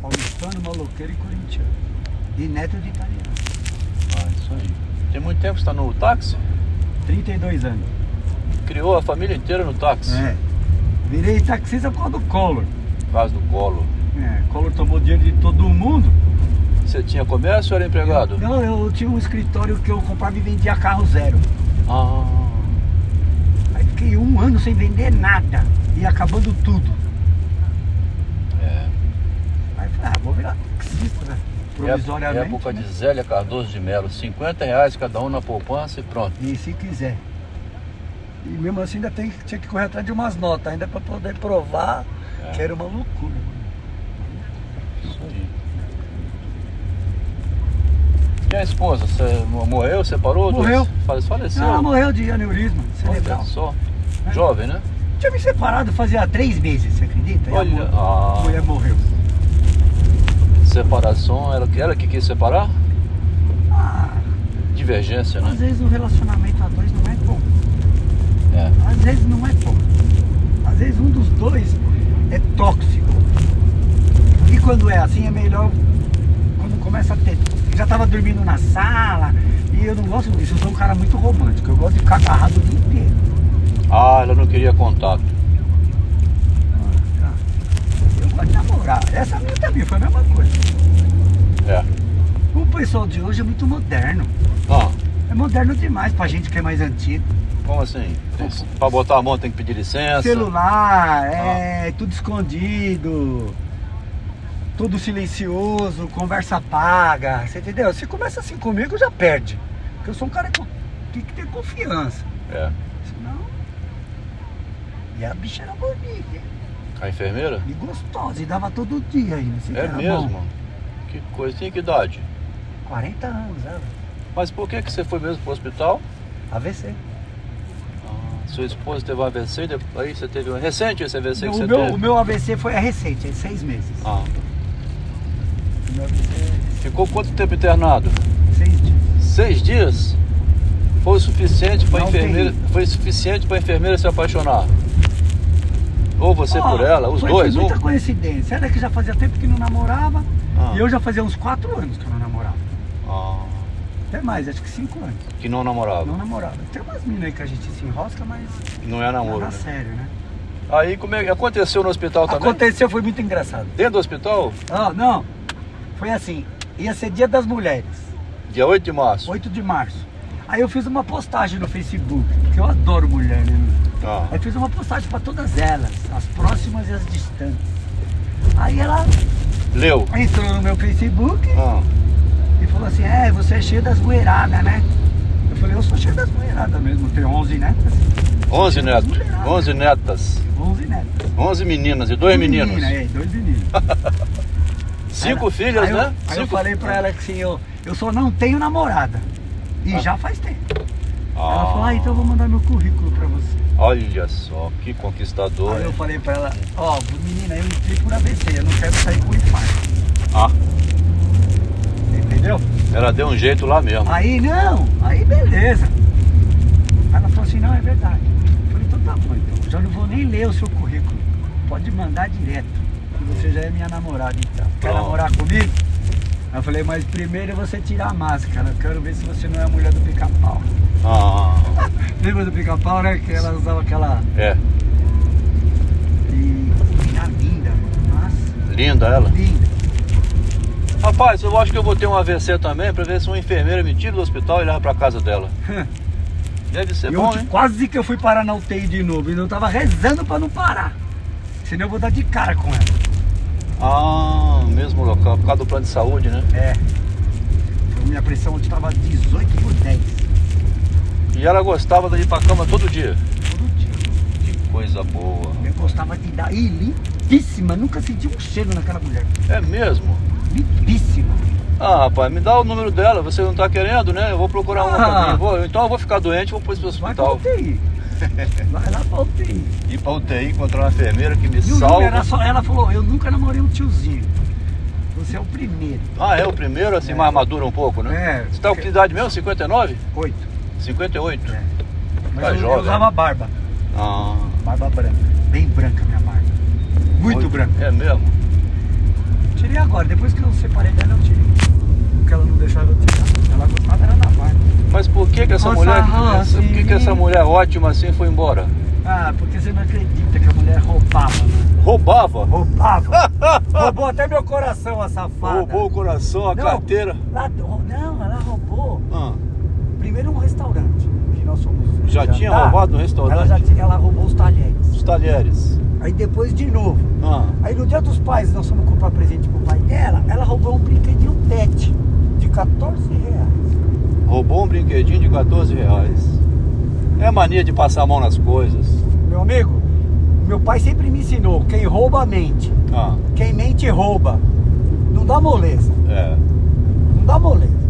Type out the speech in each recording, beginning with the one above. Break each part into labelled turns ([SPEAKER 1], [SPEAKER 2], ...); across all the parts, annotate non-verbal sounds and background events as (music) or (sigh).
[SPEAKER 1] paulistano, maloqueiro e corintiano. E neto de italiano.
[SPEAKER 2] Ah, isso aí. Tem muito tempo que você está no táxi?
[SPEAKER 1] 32 anos.
[SPEAKER 2] Criou a família inteira no táxi?
[SPEAKER 1] É. Virei taxista por causa do Collor.
[SPEAKER 2] Por causa do colo.
[SPEAKER 1] É, Collor tomou dinheiro de todo mundo.
[SPEAKER 2] Você tinha comércio ou era empregado?
[SPEAKER 1] Não, eu tinha um escritório que eu comprava e vendia carro zero.
[SPEAKER 2] Ah,
[SPEAKER 1] Aí fiquei um ano sem vender nada e acabando tudo.
[SPEAKER 2] é.
[SPEAKER 1] Aí falei, ah, vou virar taxista, né? provisoriamente.
[SPEAKER 2] Época
[SPEAKER 1] né?
[SPEAKER 2] de Zélia Cardoso de Melo. 50 reais cada um na poupança e pronto.
[SPEAKER 1] E se quiser. E mesmo assim ainda tem, tinha que correr atrás de umas notas, ainda para poder provar
[SPEAKER 2] É.
[SPEAKER 1] que era uma loucura.
[SPEAKER 2] Isso aí. E a esposa? Você mo- morreu? Separou?
[SPEAKER 1] Morreu.
[SPEAKER 2] Fale- Faleceu?
[SPEAKER 1] Ela morreu de aneurisma
[SPEAKER 2] Olha
[SPEAKER 1] cerebral.
[SPEAKER 2] só.
[SPEAKER 1] É.
[SPEAKER 2] Jovem, né?
[SPEAKER 1] Tinha me separado fazia três meses, você acredita? E a
[SPEAKER 2] Olha,
[SPEAKER 1] mu-
[SPEAKER 2] ah.
[SPEAKER 1] a mulher morreu.
[SPEAKER 2] Separação. Ela, ela que quis separar?
[SPEAKER 1] Ah,
[SPEAKER 2] Divergência,
[SPEAKER 1] às
[SPEAKER 2] né?
[SPEAKER 1] vezes o relacionamento a dois não é bom.
[SPEAKER 2] É.
[SPEAKER 1] Às vezes não é bom. Às vezes um dos dois é tóxico. E quando é assim é melhor quando começa a ter. Eu já tava dormindo na sala e eu não gosto disso. Eu sou um cara muito romântico. Eu gosto de ficar agarrado o dia inteiro.
[SPEAKER 2] Ah, ela não queria contato.
[SPEAKER 1] Eu gosto de namorar. Essa minha também foi a mesma coisa.
[SPEAKER 2] É.
[SPEAKER 1] O pessoal de hoje é muito moderno.
[SPEAKER 2] Ah,
[SPEAKER 1] É moderno demais pra gente que é mais antigo.
[SPEAKER 2] como assim? Pra botar a mão tem que pedir licença.
[SPEAKER 1] Celular,
[SPEAKER 2] Tá.
[SPEAKER 1] é tudo escondido, tudo silencioso, conversa paga, você entendeu? Se começa assim comigo, já perde. Porque eu sou um cara que tem que ter confiança.
[SPEAKER 2] É.
[SPEAKER 1] Senão. E a bicha era bonita hein?
[SPEAKER 2] A enfermeira?
[SPEAKER 1] e gostosa, e dava todo dia ainda. você
[SPEAKER 2] É
[SPEAKER 1] era
[SPEAKER 2] mesmo?
[SPEAKER 1] Tá bom.
[SPEAKER 2] Que coisa. Tinha que idade?
[SPEAKER 1] 40 anos, né? ela.
[SPEAKER 2] Mas por que, que você foi mesmo pro hospital?
[SPEAKER 1] AVC.
[SPEAKER 2] Ah, sua esposa teve um AVC, depois- aí você teve um. Recente esse AVC que
[SPEAKER 1] O
[SPEAKER 2] você
[SPEAKER 1] meu,
[SPEAKER 2] teve?
[SPEAKER 1] o meu AVC foi é recente, é seis meses.
[SPEAKER 2] Ah,
[SPEAKER 1] O meu AVC é
[SPEAKER 2] ficou quanto tempo internado?
[SPEAKER 1] seis dias.
[SPEAKER 2] Seis dias? Foi o suficiente para
[SPEAKER 1] Não
[SPEAKER 2] enfermeira,
[SPEAKER 1] tem.
[SPEAKER 2] foi o suficiente para enfermeira se apaixonar? Ou você
[SPEAKER 1] Ó,
[SPEAKER 2] por ela, os
[SPEAKER 1] Ah, foi
[SPEAKER 2] dois,
[SPEAKER 1] Foi
[SPEAKER 2] um?
[SPEAKER 1] muita coincidência. Ela que já fazia tempo que não namorava.
[SPEAKER 2] Ah.
[SPEAKER 1] E eu já fazia uns 4 anos que eu não namorava.
[SPEAKER 2] Ah,
[SPEAKER 1] Até mais, acho que 5 anos.
[SPEAKER 2] que não namorava.
[SPEAKER 1] Não namorava. Tem umas minas aí que a gente se enrosca, mas
[SPEAKER 2] Não é namoro,
[SPEAKER 1] nada
[SPEAKER 2] né?
[SPEAKER 1] sério, né?
[SPEAKER 2] Aí como é que aconteceu no hospital também?
[SPEAKER 1] Aconteceu, foi muito engraçado.
[SPEAKER 2] Dentro do hospital,
[SPEAKER 1] Ah, não. Foi assim, ia ser dia das mulheres,
[SPEAKER 2] dia 8 de março.
[SPEAKER 1] 8 de março. Aí eu fiz uma postagem no Facebook, porque eu adoro mulher, né? meu?
[SPEAKER 2] Ah,
[SPEAKER 1] Aí fiz uma postagem pra todas elas, as próximas e as distantes. Aí ela
[SPEAKER 2] leu.
[SPEAKER 1] entrou no meu Facebook
[SPEAKER 2] Ah,
[SPEAKER 1] E falou assim, é, você é cheio das mulheradas, né? Eu falei, eu sou cheio das mulheradas mesmo, tenho 11 netas.
[SPEAKER 2] 11 netos. 11 netas.
[SPEAKER 1] 11 netas.
[SPEAKER 2] 11 meninas e dois meninos. Ah,
[SPEAKER 1] Menina, é, dois meninos.
[SPEAKER 2] Cinco
[SPEAKER 1] Ela-
[SPEAKER 2] filhas,
[SPEAKER 1] aí eu-
[SPEAKER 2] né?
[SPEAKER 1] Aí
[SPEAKER 2] Cinco...
[SPEAKER 1] eu falei pra ela que assim, eu, eu só não tenho namorada. E
[SPEAKER 2] Ah.
[SPEAKER 1] já faz tempo.
[SPEAKER 2] Ah,
[SPEAKER 1] Ela falou, ah, então eu vou mandar meu currículo pra você.
[SPEAKER 2] Olha só, que conquistador.
[SPEAKER 1] Aí eu
[SPEAKER 2] hein?
[SPEAKER 1] falei pra ela, ó, menina, eu entrei por ABC, eu não quero sair por infarto.
[SPEAKER 2] Ah.
[SPEAKER 1] Entendeu?
[SPEAKER 2] Ela deu um jeito lá mesmo.
[SPEAKER 1] Aí não, aí beleza. Aí Ela falou assim, não, é verdade. Eu falei, então tá bom, então. Já não vou nem ler o seu currículo. Pode mandar direto. Que você já é minha namorada então. Quer
[SPEAKER 2] Pronto.
[SPEAKER 1] namorar comigo? Aí Eu falei, mas primeiro é você tirar a máscara. Eu quero ver se você não é a mulher do pica-pau.
[SPEAKER 2] Ah,
[SPEAKER 1] Lembra do pica-pau, né? Que ela usava aquela.
[SPEAKER 2] é.
[SPEAKER 1] E menina linda, nossa,
[SPEAKER 2] Linda ela. (laughs)
[SPEAKER 1] linda.
[SPEAKER 2] Rapaz, eu acho que eu vou ter um AVC também pra ver se uma enfermeira me tira do hospital e leva pra casa dela. Deve ser
[SPEAKER 1] E
[SPEAKER 2] É bom,
[SPEAKER 1] eu,
[SPEAKER 2] hein?
[SPEAKER 1] quase que eu fui parar na UTI de novo. E eu tava rezando pra não parar. Senão eu vou dar de cara com ela.
[SPEAKER 2] Ah, mesmo local, por causa do plano de saúde, né?
[SPEAKER 1] É. Minha pressão ontem estava 18 por 10.
[SPEAKER 2] E ela gostava de ir pra cama todo dia.
[SPEAKER 1] Todo dia.
[SPEAKER 2] Que coisa boa.
[SPEAKER 1] Eu gostava de dar. E limpíssima. Nunca senti um cheiro naquela mulher.
[SPEAKER 2] É mesmo?
[SPEAKER 1] Limpíssima.
[SPEAKER 2] Ah, rapaz, me dá o número dela, você não tá querendo, né? Eu vou procurar uma pra
[SPEAKER 1] Ah.
[SPEAKER 2] mim. Eu vou- então eu vou ficar doente, vou pro
[SPEAKER 1] Vai pra
[SPEAKER 2] hospital. (laughs)
[SPEAKER 1] UTI. Vai lá pra UTI.
[SPEAKER 2] E pra UTI encontrar uma enfermeira que me
[SPEAKER 1] E o número era
[SPEAKER 2] salva.
[SPEAKER 1] só. Ela falou: Eu nunca namorei um tiozinho. Você é o primeiro.
[SPEAKER 2] Ah, é o primeiro, assim,
[SPEAKER 1] É.
[SPEAKER 2] mais maduro um pouco, né?
[SPEAKER 1] É.
[SPEAKER 2] Você tá com que idade mesmo? 59?
[SPEAKER 1] Oito.
[SPEAKER 2] 58.
[SPEAKER 1] É. Mas
[SPEAKER 2] Tá
[SPEAKER 1] eu, eu
[SPEAKER 2] jovem.
[SPEAKER 1] usava barba.
[SPEAKER 2] Ah,
[SPEAKER 1] Barba branca. Bem branca a minha barba. Muito
[SPEAKER 2] oito.
[SPEAKER 1] branca.
[SPEAKER 2] É mesmo?
[SPEAKER 1] Tirei agora. hora. Depois que eu separei dela, eu tirei. Porque ela não deixava eu tirar. Ela gostava era da vara.
[SPEAKER 2] Mas por que, que essa
[SPEAKER 1] Nossa,
[SPEAKER 2] mulher.
[SPEAKER 1] Hans,
[SPEAKER 2] essa- por que, que essa mulher ótima assim foi embora?
[SPEAKER 1] Ah, porque você não acredita que a mulher roubava, né?
[SPEAKER 2] Roubava?
[SPEAKER 1] Roubava. (laughs) roubou até meu coração, a safada.
[SPEAKER 2] Roubou o coração, a
[SPEAKER 1] Não.
[SPEAKER 2] carteira.
[SPEAKER 1] Lá- não, ela roubou
[SPEAKER 2] Ah,
[SPEAKER 1] primeiro um restaurante. Que nós fomos
[SPEAKER 2] Já tinha roubado no restaurante?
[SPEAKER 1] Ela, já tinha- ela roubou os talheres.
[SPEAKER 2] os talheres.
[SPEAKER 1] Aí depois de novo.
[SPEAKER 2] Ah,
[SPEAKER 1] Aí no dia dos pais, nós fomos comprar presente pro pai dela, ela roubou um brinquedinho pet de 14 reais.
[SPEAKER 2] roubou um brinquedinho de 14 reais. É mania de passar a mão nas coisas.
[SPEAKER 1] Meu amigo, meu pai sempre me ensinou, quem rouba mente,
[SPEAKER 2] Ah,
[SPEAKER 1] quem mente rouba. Não dá moleza,
[SPEAKER 2] é.
[SPEAKER 1] não dá moleza.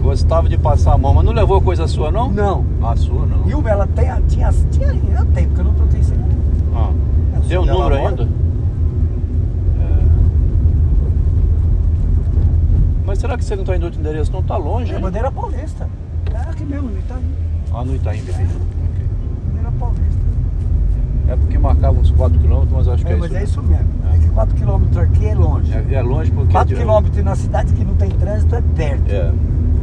[SPEAKER 2] Gostava de passar a mão, mas não levou coisa sua, não?
[SPEAKER 1] Não.
[SPEAKER 2] A sua, não.
[SPEAKER 1] E uma, ela tem, tinha, tinha, ainda tem, porque eu não troquei sem ela.
[SPEAKER 2] Ah,
[SPEAKER 1] Eu
[SPEAKER 2] tem um
[SPEAKER 1] sou dela
[SPEAKER 2] número
[SPEAKER 1] agora.
[SPEAKER 2] ainda? É. Mas será que você não está indo outro endereço? Não está longe,
[SPEAKER 1] É
[SPEAKER 2] hein?
[SPEAKER 1] bandeira paulista. É aqui mesmo, no Itaim.
[SPEAKER 2] Ah, no Itaim, bebê.
[SPEAKER 1] Bandeira paulista.
[SPEAKER 2] É porque marcava uns 4 km, mas acho que
[SPEAKER 1] É,
[SPEAKER 2] é,
[SPEAKER 1] mas
[SPEAKER 2] isso.
[SPEAKER 1] é isso mesmo. É que 4km aqui é longe.
[SPEAKER 2] É, é longe porque.
[SPEAKER 1] 4
[SPEAKER 2] é de-
[SPEAKER 1] km na cidade que não tem trânsito é perto.
[SPEAKER 2] É.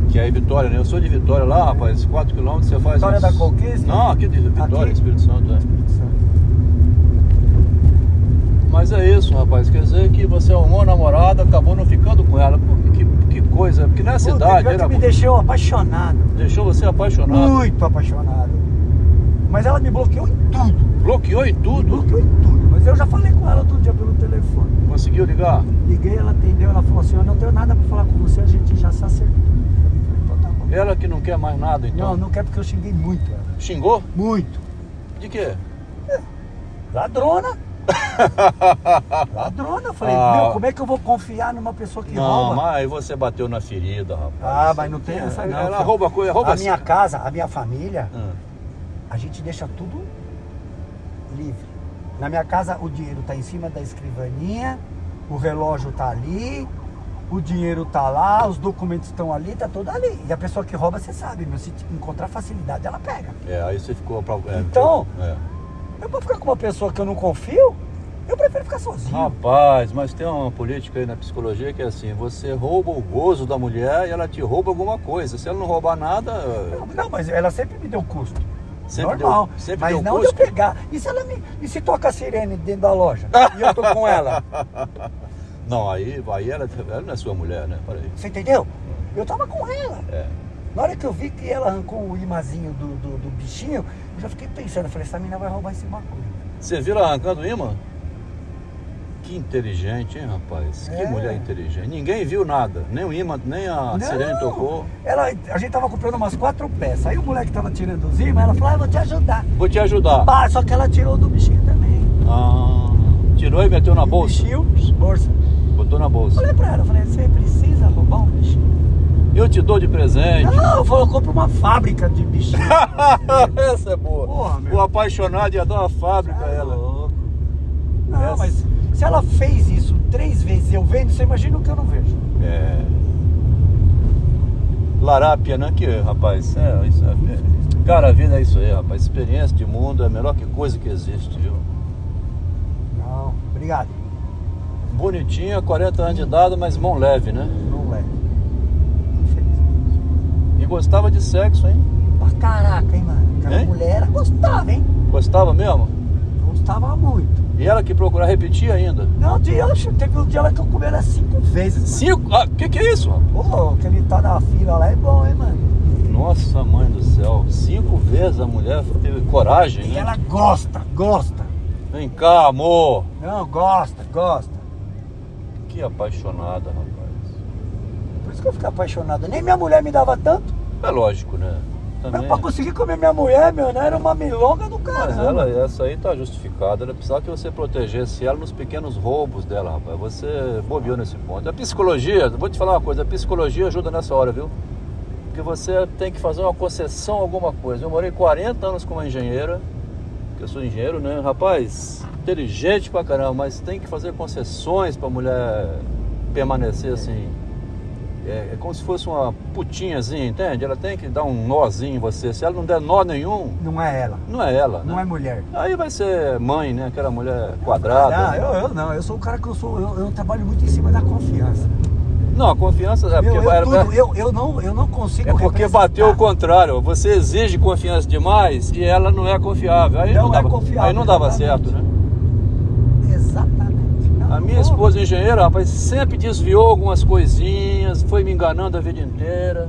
[SPEAKER 2] Que é em Vitória, né? Eu sou de Vitória lá, rapaz. 4 km você faz.
[SPEAKER 1] Vitória
[SPEAKER 2] uns-
[SPEAKER 1] da Conquista?
[SPEAKER 2] Não, aqui de Vitória,
[SPEAKER 1] Aqui?
[SPEAKER 2] Espírito Santo, é. Mas é isso, rapaz. Quer dizer que você arrumou a namorada, acabou não ficando com ela. Pô, Que, que coisa. Porque na
[SPEAKER 1] Puta,
[SPEAKER 2] cidade
[SPEAKER 1] pior que
[SPEAKER 2] era
[SPEAKER 1] me
[SPEAKER 2] mu-
[SPEAKER 1] deixou apaixonado.
[SPEAKER 2] deixou você apaixonado.
[SPEAKER 1] Muito apaixonado. Mas ela me bloqueou em tudo.
[SPEAKER 2] Bloqueou em
[SPEAKER 1] Me
[SPEAKER 2] tudo.
[SPEAKER 1] bloqueou em tudo. Mas eu já falei com ela outro dia pelo telefone.
[SPEAKER 2] Conseguiu ligar?
[SPEAKER 1] Liguei, ela atendeu, ela falou assim, eu não tenho nada pra falar com você, a gente já se acertou. Falei, então tá bom.
[SPEAKER 2] Ela que não quer mais nada, então.
[SPEAKER 1] Não, não quer porque eu xinguei muito ela.
[SPEAKER 2] Xingou?
[SPEAKER 1] Muito.
[SPEAKER 2] De quê? (laughs)
[SPEAKER 1] Ladrona. Ladrona. Eu falei,
[SPEAKER 2] Ah.
[SPEAKER 1] meu, como é que eu vou confiar numa pessoa que
[SPEAKER 2] não,
[SPEAKER 1] rouba?
[SPEAKER 2] mas aí você bateu na ferida, rapaz.
[SPEAKER 1] Ah, mas não tem essa não.
[SPEAKER 2] Ela
[SPEAKER 1] filho.
[SPEAKER 2] rouba coisa, rouba
[SPEAKER 1] a minha
[SPEAKER 2] assim.
[SPEAKER 1] casa, a minha família,
[SPEAKER 2] Ah.
[SPEAKER 1] a gente deixa tudo livre. Na minha casa o dinheiro tá em cima da escrivaninha, o relógio tá ali, o dinheiro tá lá, os documentos estão ali, tá tudo ali. E a pessoa que rouba, você sabe, meu, se te encontrar facilidade, ela pega.
[SPEAKER 2] É, aí você ficou pra... é,
[SPEAKER 1] Então?
[SPEAKER 2] ficou- é.
[SPEAKER 1] Eu vou ficar com uma pessoa que eu não confio, eu prefiro ficar sozinho.
[SPEAKER 2] Rapaz, mas tem uma política aí na psicologia que é assim, você rouba o gozo da mulher e ela te rouba alguma coisa. Se ela não roubar nada,
[SPEAKER 1] Não, não, mas ela sempre me deu custo.
[SPEAKER 2] sempre
[SPEAKER 1] Normal.
[SPEAKER 2] deu, sempre
[SPEAKER 1] mas
[SPEAKER 2] deu
[SPEAKER 1] não
[SPEAKER 2] custo.
[SPEAKER 1] de eu pegar. E se ela me. E se toca a sirene dentro da loja? e eu tô com ela?
[SPEAKER 2] Não, aí, aí ela, ela não é sua mulher, né? Peraí.
[SPEAKER 1] Você entendeu? Eu tava com ela.
[SPEAKER 2] É.
[SPEAKER 1] Na hora que eu vi que ela arrancou o imazinho do, do, do bichinho, eu já fiquei pensando, eu falei, essa menina vai roubar esse bagulho.
[SPEAKER 2] Você viu ela arrancando o imã? Que inteligente, hein, rapaz? Que
[SPEAKER 1] É.
[SPEAKER 2] mulher inteligente. Ninguém viu nada. Nem o imã, nem a
[SPEAKER 1] Não.
[SPEAKER 2] sirene tocou.
[SPEAKER 1] Ela, a gente tava comprando umas quatro peças. Aí o moleque tava tirando os imãs, ela falou, ah, vou te ajudar.
[SPEAKER 2] Vou te ajudar.
[SPEAKER 1] Pá, só que ela tirou do bichinho também.
[SPEAKER 2] Ah, tirou e meteu na
[SPEAKER 1] E o
[SPEAKER 2] bolsa.
[SPEAKER 1] Bichinho, bolsa.
[SPEAKER 2] Botou na
[SPEAKER 1] Eu
[SPEAKER 2] bolsa.
[SPEAKER 1] Falei pra ela, eu falei, você precisa roubar um bichinho?
[SPEAKER 2] Eu te dou de presente. (laughs)
[SPEAKER 1] Não, eu falei, eu compro uma fábrica de bichinho.
[SPEAKER 2] Essa é boa.
[SPEAKER 1] Porra, meu.
[SPEAKER 2] o apaixonado ia dar uma fábrica a
[SPEAKER 1] Ah,
[SPEAKER 2] ela.
[SPEAKER 1] louco. Não,
[SPEAKER 2] Essa-
[SPEAKER 1] mas se ela fez isso três vezes e eu vendo, você imagina o que eu não vejo.
[SPEAKER 2] É. Larápia, né? Que, rapaz, é, isso é. é- Cara, a vida é isso aí, rapaz. Experiência de mundo é a melhor que coisa que existe, viu?
[SPEAKER 1] Não, obrigado.
[SPEAKER 2] Bonitinha, 40 anos de idade, mas mão leve, né?
[SPEAKER 1] Não é. Infelizmente.
[SPEAKER 2] E gostava de sexo, hein?
[SPEAKER 1] Pra caraca, hein, mano? Aquela
[SPEAKER 2] Hein?
[SPEAKER 1] mulher era- gostava, hein?
[SPEAKER 2] Gostava mesmo?
[SPEAKER 1] Gostava muito.
[SPEAKER 2] E ela que procurava repetir ainda.
[SPEAKER 1] Não, de hoje, teve um dia lá que eu comi ela cinco vezes.
[SPEAKER 2] Cinco? Ah, que que é isso? mano?
[SPEAKER 1] Mano. Ô, aquele tá na fila lá é bom, hein, mano?
[SPEAKER 2] Nossa mãe do céu, cinco vezes a mulher teve coragem,
[SPEAKER 1] E
[SPEAKER 2] né?
[SPEAKER 1] ela gosta, gosta.
[SPEAKER 2] Vem cá, amor.
[SPEAKER 1] Não, gosta, gosta.
[SPEAKER 2] Que apaixonada, rapaz.
[SPEAKER 1] Por isso que eu fico apaixonado. Nem minha mulher me dava tanto.
[SPEAKER 2] É lógico, né?
[SPEAKER 1] Mas
[SPEAKER 2] Também.
[SPEAKER 1] pra conseguir comer minha mulher, meu, né? Era uma milonga do cara.
[SPEAKER 2] Mas ela, essa aí tá justificada. Ela precisava que você protegesse ela nos pequenos roubos dela, rapaz. Você bobeou nesse ponto. A psicologia, vou te falar uma coisa, a psicologia ajuda nessa hora, viu? Porque você tem que fazer uma concessão a alguma coisa. Eu morei 40 anos com uma engenheira, que eu sou engenheiro, né? Rapaz, inteligente
[SPEAKER 1] É.
[SPEAKER 2] pra caramba, mas tem que fazer concessões pra mulher permanecer assim. é, é como se fosse uma putinhazinha, entende? Ela tem que dar um nozinho em você. Se ela não der nó nenhum,
[SPEAKER 1] Não é ela.
[SPEAKER 2] não é ela.
[SPEAKER 1] Não
[SPEAKER 2] né?
[SPEAKER 1] é mulher.
[SPEAKER 2] Aí vai ser mãe, né? Aquela mulher quadrada.
[SPEAKER 1] Ah, eu, eu não, eu sou o cara que eu sou, eu, eu trabalho muito em cima da confiança.
[SPEAKER 2] Não, a confiança. É
[SPEAKER 1] Meu,
[SPEAKER 2] porque,
[SPEAKER 1] eu,
[SPEAKER 2] era-
[SPEAKER 1] tudo, eu, eu não, eu não consigo.
[SPEAKER 2] é porque
[SPEAKER 1] representar.
[SPEAKER 2] bateu o contrário. Você exige confiança demais e ela não é confiável. Aí
[SPEAKER 1] Não
[SPEAKER 2] não,
[SPEAKER 1] é
[SPEAKER 2] dava,
[SPEAKER 1] confiável,
[SPEAKER 2] aí não dava
[SPEAKER 1] exatamente.
[SPEAKER 2] certo, né?
[SPEAKER 1] Exatamente. Tá Não,
[SPEAKER 2] A minha
[SPEAKER 1] não.
[SPEAKER 2] esposa é engenheira, rapaz, sempre desviou algumas coisinhas, foi me enganando a vida inteira.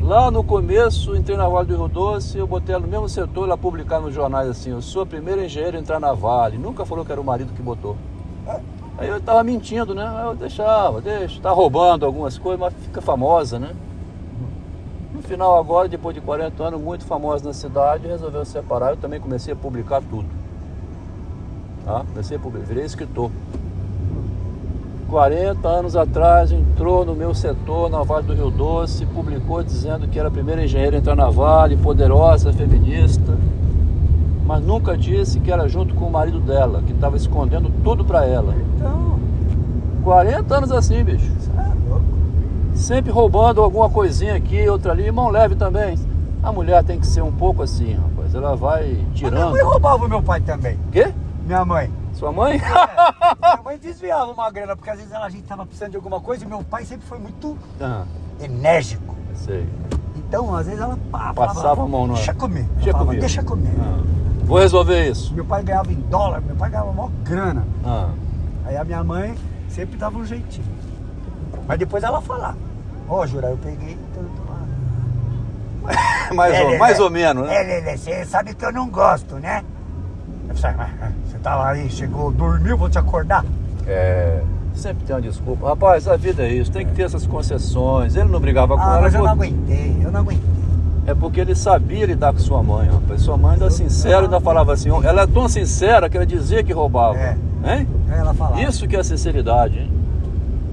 [SPEAKER 2] Lá no começo, entrei na Vale do Rio Doce, eu botei ela no mesmo setor, ela publicava nos jornais assim, eu sou a primeira engenheira a entrar na Vale. Nunca falou que era o marido que botou. Aí eu tava mentindo, né? Aí Eu deixava, deixa, tá roubando algumas coisas, mas fica famosa, né? No final agora, depois de 40 anos, muito famosa na cidade, resolveu separar, eu também comecei a publicar tudo. Tá? Comecei a publicar, virei escritor. 40 anos atrás entrou no meu setor na Vale do Rio Doce, publicou dizendo que era a primeira engenheira a entrar na Vale, poderosa, feminista, mas nunca disse que era junto com o marido dela, que estava escondendo tudo para ela.
[SPEAKER 1] Então,
[SPEAKER 2] 40 anos assim, bicho.
[SPEAKER 1] você é louco.
[SPEAKER 2] Sempre roubando alguma coisinha aqui, outra ali, mão leve também. A mulher tem que ser um pouco assim, rapaz. Ela vai
[SPEAKER 1] Mas Minha
[SPEAKER 2] tirando.
[SPEAKER 1] mãe roubava o meu pai também.
[SPEAKER 2] Quê?
[SPEAKER 1] Minha mãe.
[SPEAKER 2] Sua mãe?
[SPEAKER 1] minha mãe desviava uma grana, porque às vezes ela, a gente tava precisando de alguma coisa e meu pai sempre foi muito
[SPEAKER 2] ah,
[SPEAKER 1] enérgico.
[SPEAKER 2] sei.
[SPEAKER 1] Então, às vezes ela pá,
[SPEAKER 2] Passava
[SPEAKER 1] falava,
[SPEAKER 2] a mão no-
[SPEAKER 1] Deixa comer. Ela
[SPEAKER 2] Deixa
[SPEAKER 1] falava,
[SPEAKER 2] comigo.
[SPEAKER 1] deixa comer.
[SPEAKER 2] Ah, Vou resolver isso.
[SPEAKER 1] Meu pai ganhava em dólar, meu pai ganhava maior grana.
[SPEAKER 2] Ah,
[SPEAKER 1] Aí a minha mãe sempre dava um jeitinho. Mas depois ela falava. Ó, Jura, eu peguei tanto lá.
[SPEAKER 2] Mais, ou, mais ou menos, né?
[SPEAKER 1] É, Lelê, você sabe que eu não gosto, né? Eu falei, "Ah, Você tava aí, chegou, dormiu, vou te acordar.
[SPEAKER 2] É. Sempre tem uma desculpa. Rapaz, a vida é isso, tem que ter essas concessões. Ele não brigava com
[SPEAKER 1] Ah,
[SPEAKER 2] ela.
[SPEAKER 1] mas eu
[SPEAKER 2] por-
[SPEAKER 1] não aguentei, eu não aguentei.
[SPEAKER 2] É porque ele sabia lidar com sua mãe, rapaz. Sua mãe ainda sincera, ainda falava assim. ó, Ela é tão sincera que ela dizia que roubava.
[SPEAKER 1] É.
[SPEAKER 2] Hein?
[SPEAKER 1] Aí ela falava.
[SPEAKER 2] Isso que é sinceridade, hein?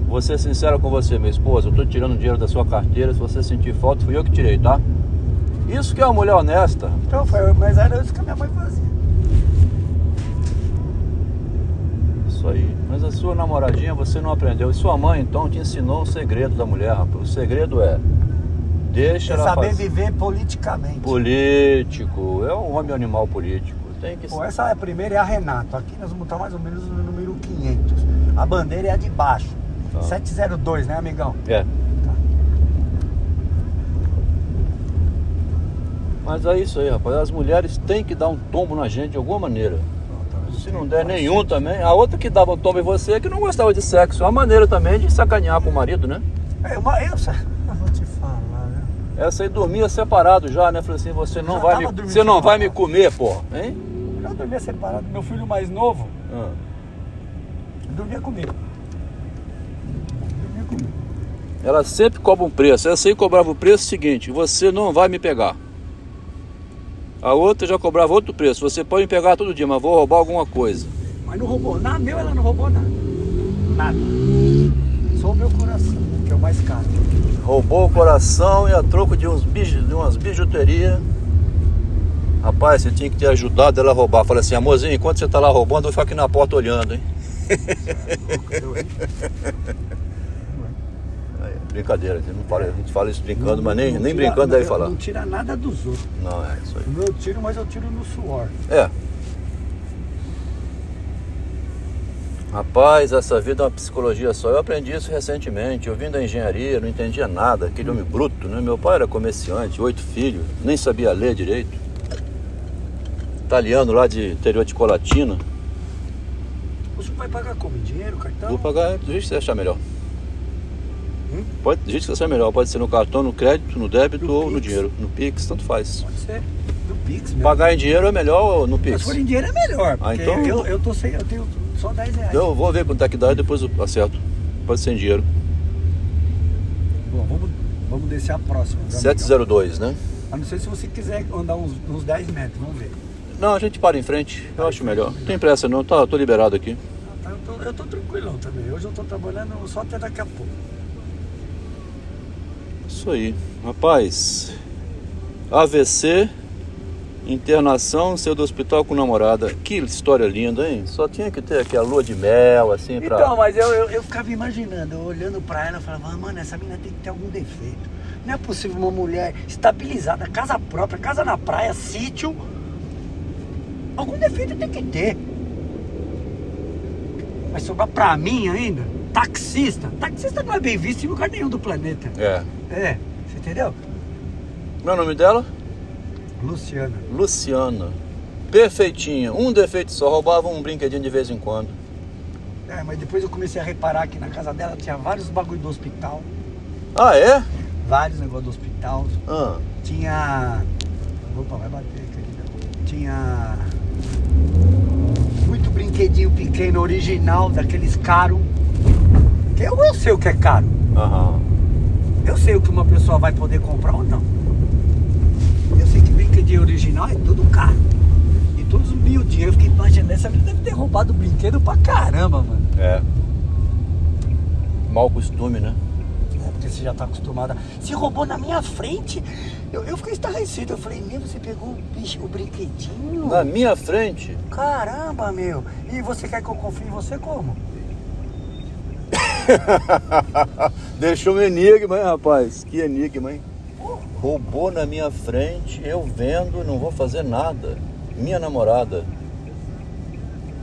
[SPEAKER 2] Você é sincero com você, minha esposa. Eu tô tirando dinheiro da sua carteira. Se você sentir falta, fui eu que tirei, tá? Isso que é uma mulher honesta.
[SPEAKER 1] Então foi, mas era isso que a minha mãe fazia.
[SPEAKER 2] Isso aí. Mas a sua namoradinha você não aprendeu. E sua mãe então te ensinou o segredo da mulher, rapaz. O segredo é. Deixa
[SPEAKER 1] Você
[SPEAKER 2] ela
[SPEAKER 1] É saber
[SPEAKER 2] fazer.
[SPEAKER 1] viver politicamente.
[SPEAKER 2] Político. É um homem animal político. Tem que
[SPEAKER 1] Bom, essa é a primeira é a Renato. Aqui nós vamos estar mais ou menos no número 500. A bandeira é a de baixo.
[SPEAKER 2] Tá.
[SPEAKER 1] 702, né, amigão?
[SPEAKER 2] É. Mas é isso aí, rapaz. As mulheres têm que dar um tombo na gente de alguma maneira. Se não der nenhum também, a outra que dava um tombo em você que não gostava de sexo. É uma maneira também de sacanear com o marido, né?
[SPEAKER 1] É uma, eu, eu vou te falar, né?
[SPEAKER 2] Essa aí dormia separado já, né? Falei assim, você não
[SPEAKER 1] Já
[SPEAKER 2] vai
[SPEAKER 1] tava
[SPEAKER 2] me.
[SPEAKER 1] dormindo
[SPEAKER 2] Você não vai
[SPEAKER 1] separado.
[SPEAKER 2] me comer, pô. Hein?
[SPEAKER 1] Eu dormia separado. Meu filho mais novo
[SPEAKER 2] Ah,
[SPEAKER 1] dormia comigo. Dormia comigo.
[SPEAKER 2] Ela sempre cobra um preço. Essa aí cobrava o preço seguinte, você não vai me pegar. A outra já cobrava outro preço. Você pode me pegar todo dia, mas vou roubar alguma coisa.
[SPEAKER 1] Mas não roubou nada. Meu, ela não roubou nada. Nada. Só o meu coração, que é o mais caro.
[SPEAKER 2] Roubou o coração e a troco de, uns biju, de umas bijuterias. Rapaz, você tinha que ter ajudado ela a roubar. Fala assim, amorzinho, enquanto você tá lá roubando, eu vou ficar aqui na porta olhando, hein? Aí, brincadeira, a gente, não fala, a gente fala isso brincando, mas nem,
[SPEAKER 1] Não
[SPEAKER 2] nem
[SPEAKER 1] tira-
[SPEAKER 2] brincando deve
[SPEAKER 1] não-
[SPEAKER 2] falar.
[SPEAKER 1] Não tira nada dos outros.
[SPEAKER 2] Não, é isso aí.
[SPEAKER 1] O meu eu tiro, mas eu tiro no suor.
[SPEAKER 2] É. Rapaz, essa vida é uma psicologia só. Eu aprendi isso recentemente. Eu vim da engenharia, não entendia nada, aquele homem bruto, né? Meu pai era comerciante, oito filhos, nem sabia ler direito. Italiano lá de interior de Colatina.
[SPEAKER 1] O senhor vai pagar como? Em Dinheiro, cartão?
[SPEAKER 2] Vou pagar do jeito que você achar melhor.
[SPEAKER 1] Então? Hum?
[SPEAKER 2] Pode, do jeito que você achar melhor. Pode ser no cartão, no crédito, no débito
[SPEAKER 1] No
[SPEAKER 2] ou no
[SPEAKER 1] Pix.
[SPEAKER 2] dinheiro. No Pix, tanto faz.
[SPEAKER 1] Pode ser. Do Pix mesmo.
[SPEAKER 2] Pagar em dinheiro é melhor ou no
[SPEAKER 1] Mas
[SPEAKER 2] Pix?
[SPEAKER 1] se for em dinheiro é melhor.
[SPEAKER 2] Ah,
[SPEAKER 1] Porque
[SPEAKER 2] então-
[SPEAKER 1] eu, eu, tô sem, eu tenho só 10 reais.
[SPEAKER 2] Eu vou ver quanto é que dá e depois eu acerto. Pode ser em dinheiro.
[SPEAKER 1] Bom, vamos, vamos descer a próxima. viu, amigão?
[SPEAKER 2] 702, né?
[SPEAKER 1] A não ser se você quiser andar uns, uns 10 metros, vamos ver.
[SPEAKER 2] Não, a gente para em frente. Eu acho melhor. Não tem pressa não, tá, tô liberado aqui.
[SPEAKER 1] Ah, tá, Eu tô, eu tô tranquilão também. Hoje eu tô trabalhando só até daqui a pouco.
[SPEAKER 2] Isso aí. Rapaz, AVC Internação, saiu do hospital com namorada. Que história linda, hein? Só tinha que ter aqui a lua de mel, assim, pra.
[SPEAKER 1] Então, mas eu, eu, eu ficava imaginando, eu olhando pra ela, eu falava, "Ah, mano, essa menina tem que ter algum defeito. Não é possível uma mulher estabilizada, casa própria, casa na praia, sítio. Algum defeito tem que ter. Vai sobrar pra mim ainda? Taxista. Taxista não é bem visto em lugar nenhum do planeta.
[SPEAKER 2] É.
[SPEAKER 1] É, você entendeu?
[SPEAKER 2] Como é o nome dela?
[SPEAKER 1] Luciana.
[SPEAKER 2] Luciana. Perfeitinha. Um defeito só, roubava um brinquedinho de vez em quando.
[SPEAKER 1] É, mas depois eu comecei a reparar que na casa dela tinha vários bagulho do hospital.
[SPEAKER 2] Ah, é?
[SPEAKER 1] Vários negócios do hospital.
[SPEAKER 2] Ah.
[SPEAKER 1] Tinha. Opa, vai bater, querida. Tinha. Muito brinquedinho pequeno, original, daqueles caros. Que eu, eu sei o que é caro.
[SPEAKER 2] Aham.
[SPEAKER 1] Eu sei o que uma pessoa vai poder comprar ou não. Eu sei que brinquedinho original é tudo caro. E todos os mil dinheiro. Eu fiquei imaginando, essa menina deve ter roubado brinquedo pra caramba, mano.
[SPEAKER 2] É. Mal costume, né?
[SPEAKER 1] É, porque você já tá acostumada. Se roubou na minha frente, eu, eu fiquei estarrecido. Eu falei, meu, você pegou o, bicho, o brinquedinho?
[SPEAKER 2] Na minha frente,
[SPEAKER 1] Caramba, meu. E você quer que eu confie em você como?
[SPEAKER 2] Deixou um enigma, hein, rapaz? Que enigma, hein? Roubou na minha frente, eu vendo, não vou fazer nada. Minha namorada.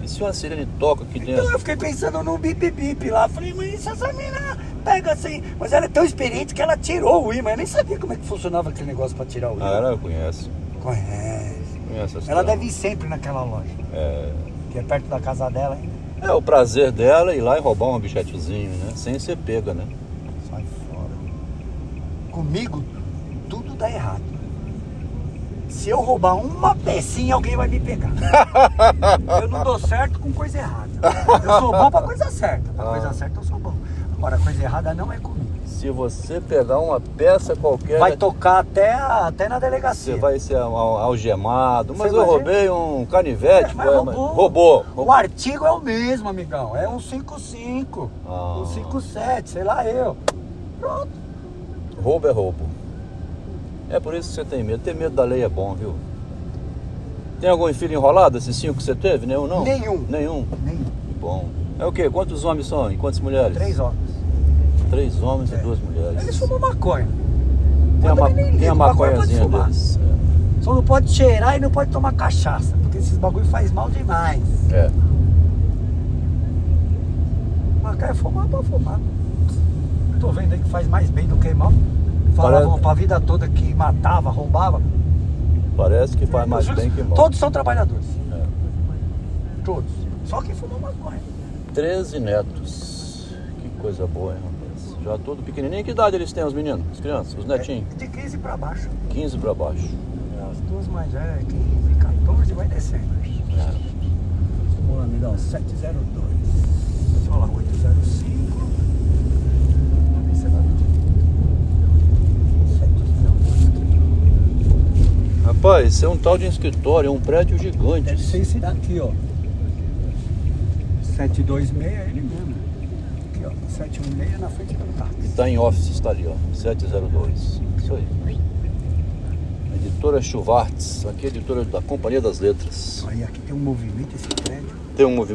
[SPEAKER 2] E se uma sirene toca aqui
[SPEAKER 1] Então
[SPEAKER 2] dentro?
[SPEAKER 1] eu fiquei pensando no bip-bip lá. Falei, mas se essa mina pega assim. Mas ela é tão experiente que ela tirou o imã. Eu nem sabia como é que funcionava aquele negócio pra tirar o
[SPEAKER 2] Ah,
[SPEAKER 1] imã.
[SPEAKER 2] ela conhece.
[SPEAKER 1] Conhece.
[SPEAKER 2] Conhece essa
[SPEAKER 1] Ela
[SPEAKER 2] história.
[SPEAKER 1] deve ir sempre naquela loja,
[SPEAKER 2] É,
[SPEAKER 1] que é perto da casa dela, hein?
[SPEAKER 2] é o prazer dela ir lá e roubar um objetozinho, né? Sem ser pega, né?
[SPEAKER 1] Sai fora. Comigo, tudo dá errado. Se eu roubar uma pecinha, alguém vai me pegar. eu não dou certo com coisa errada. Eu sou bom pra coisa certa. Pra
[SPEAKER 2] Ah.
[SPEAKER 1] coisa certa eu sou bom. Agora, coisa errada não é comigo.
[SPEAKER 2] Se você pegar uma peça qualquer,
[SPEAKER 1] Vai tocar até, a- até na delegacia.
[SPEAKER 2] É, né? você vai ser al- al- algemado. Mas
[SPEAKER 1] Você
[SPEAKER 2] eu
[SPEAKER 1] imagina?
[SPEAKER 2] roubei um canivete,
[SPEAKER 1] Mas
[SPEAKER 2] ué, mas-
[SPEAKER 1] roubou.
[SPEAKER 2] roubou.
[SPEAKER 1] O artigo é o mesmo, amigão. É um 55,
[SPEAKER 2] Ah.
[SPEAKER 1] um 57, sei lá eu. Pronto.
[SPEAKER 2] Roubo é roubo. É por isso que você tem medo. Ter medo da lei é bom, viu? Tem algum filho enrolado, esses cinco que você teve? Nenhum, não?
[SPEAKER 1] Nenhum.
[SPEAKER 2] Nenhum.
[SPEAKER 1] Nem
[SPEAKER 2] Que bom. É o quê? Quantos homens são e quantas mulheres?
[SPEAKER 1] três horas.
[SPEAKER 2] Três homens
[SPEAKER 1] É.
[SPEAKER 2] e duas mulheres.
[SPEAKER 1] Eles fumam maconha.
[SPEAKER 2] Tem a,
[SPEAKER 1] Eu
[SPEAKER 2] ma
[SPEAKER 1] também nem
[SPEAKER 2] tem a
[SPEAKER 1] ligo, maconha pode
[SPEAKER 2] maconhazinha
[SPEAKER 1] fumar.
[SPEAKER 2] deles.
[SPEAKER 1] Só não pode cheirar e não pode tomar cachaça, porque esses bagulho faz mal demais.
[SPEAKER 2] É. É.
[SPEAKER 1] Mas quer fumar, pode fumar. Tô vendo aí que faz mais bem do que mal. Falavam
[SPEAKER 2] Parece-
[SPEAKER 1] pra vida toda que matava, roubava.
[SPEAKER 2] Parece que faz mais
[SPEAKER 1] Os-
[SPEAKER 2] bem que mal. É.
[SPEAKER 1] Todos são trabalhadores. Todos. Só que fumam maconha.
[SPEAKER 2] 13 netos. Que coisa boa, hein, rapaz? Já todo pequenininho. Que idade eles têm, os meninos? As crianças? Os netinhos?
[SPEAKER 1] É De 15 pra baixo.
[SPEAKER 2] 15 pra baixo.
[SPEAKER 1] As duas mais velhas, 15, 14, vai descendo.
[SPEAKER 2] É.
[SPEAKER 1] Vamos lá, amigão, 702. Olha lá, 805. Vamos ver se é lá do direito. 702.
[SPEAKER 2] Rapaz, isso é um tal de um escritório, é um prédio gigante.
[SPEAKER 1] Deve ser esse daqui, ó. 726 é ele mesmo. Aqui, ó. 716 na frente do táxi.
[SPEAKER 2] Está tá em office, está ali, ó, 702. Isso aí. Editora Schwartz, aqui é editora da Companhia das Letras.
[SPEAKER 1] Aí aqui tem um movimento esse prédio.
[SPEAKER 2] Tem um movimento.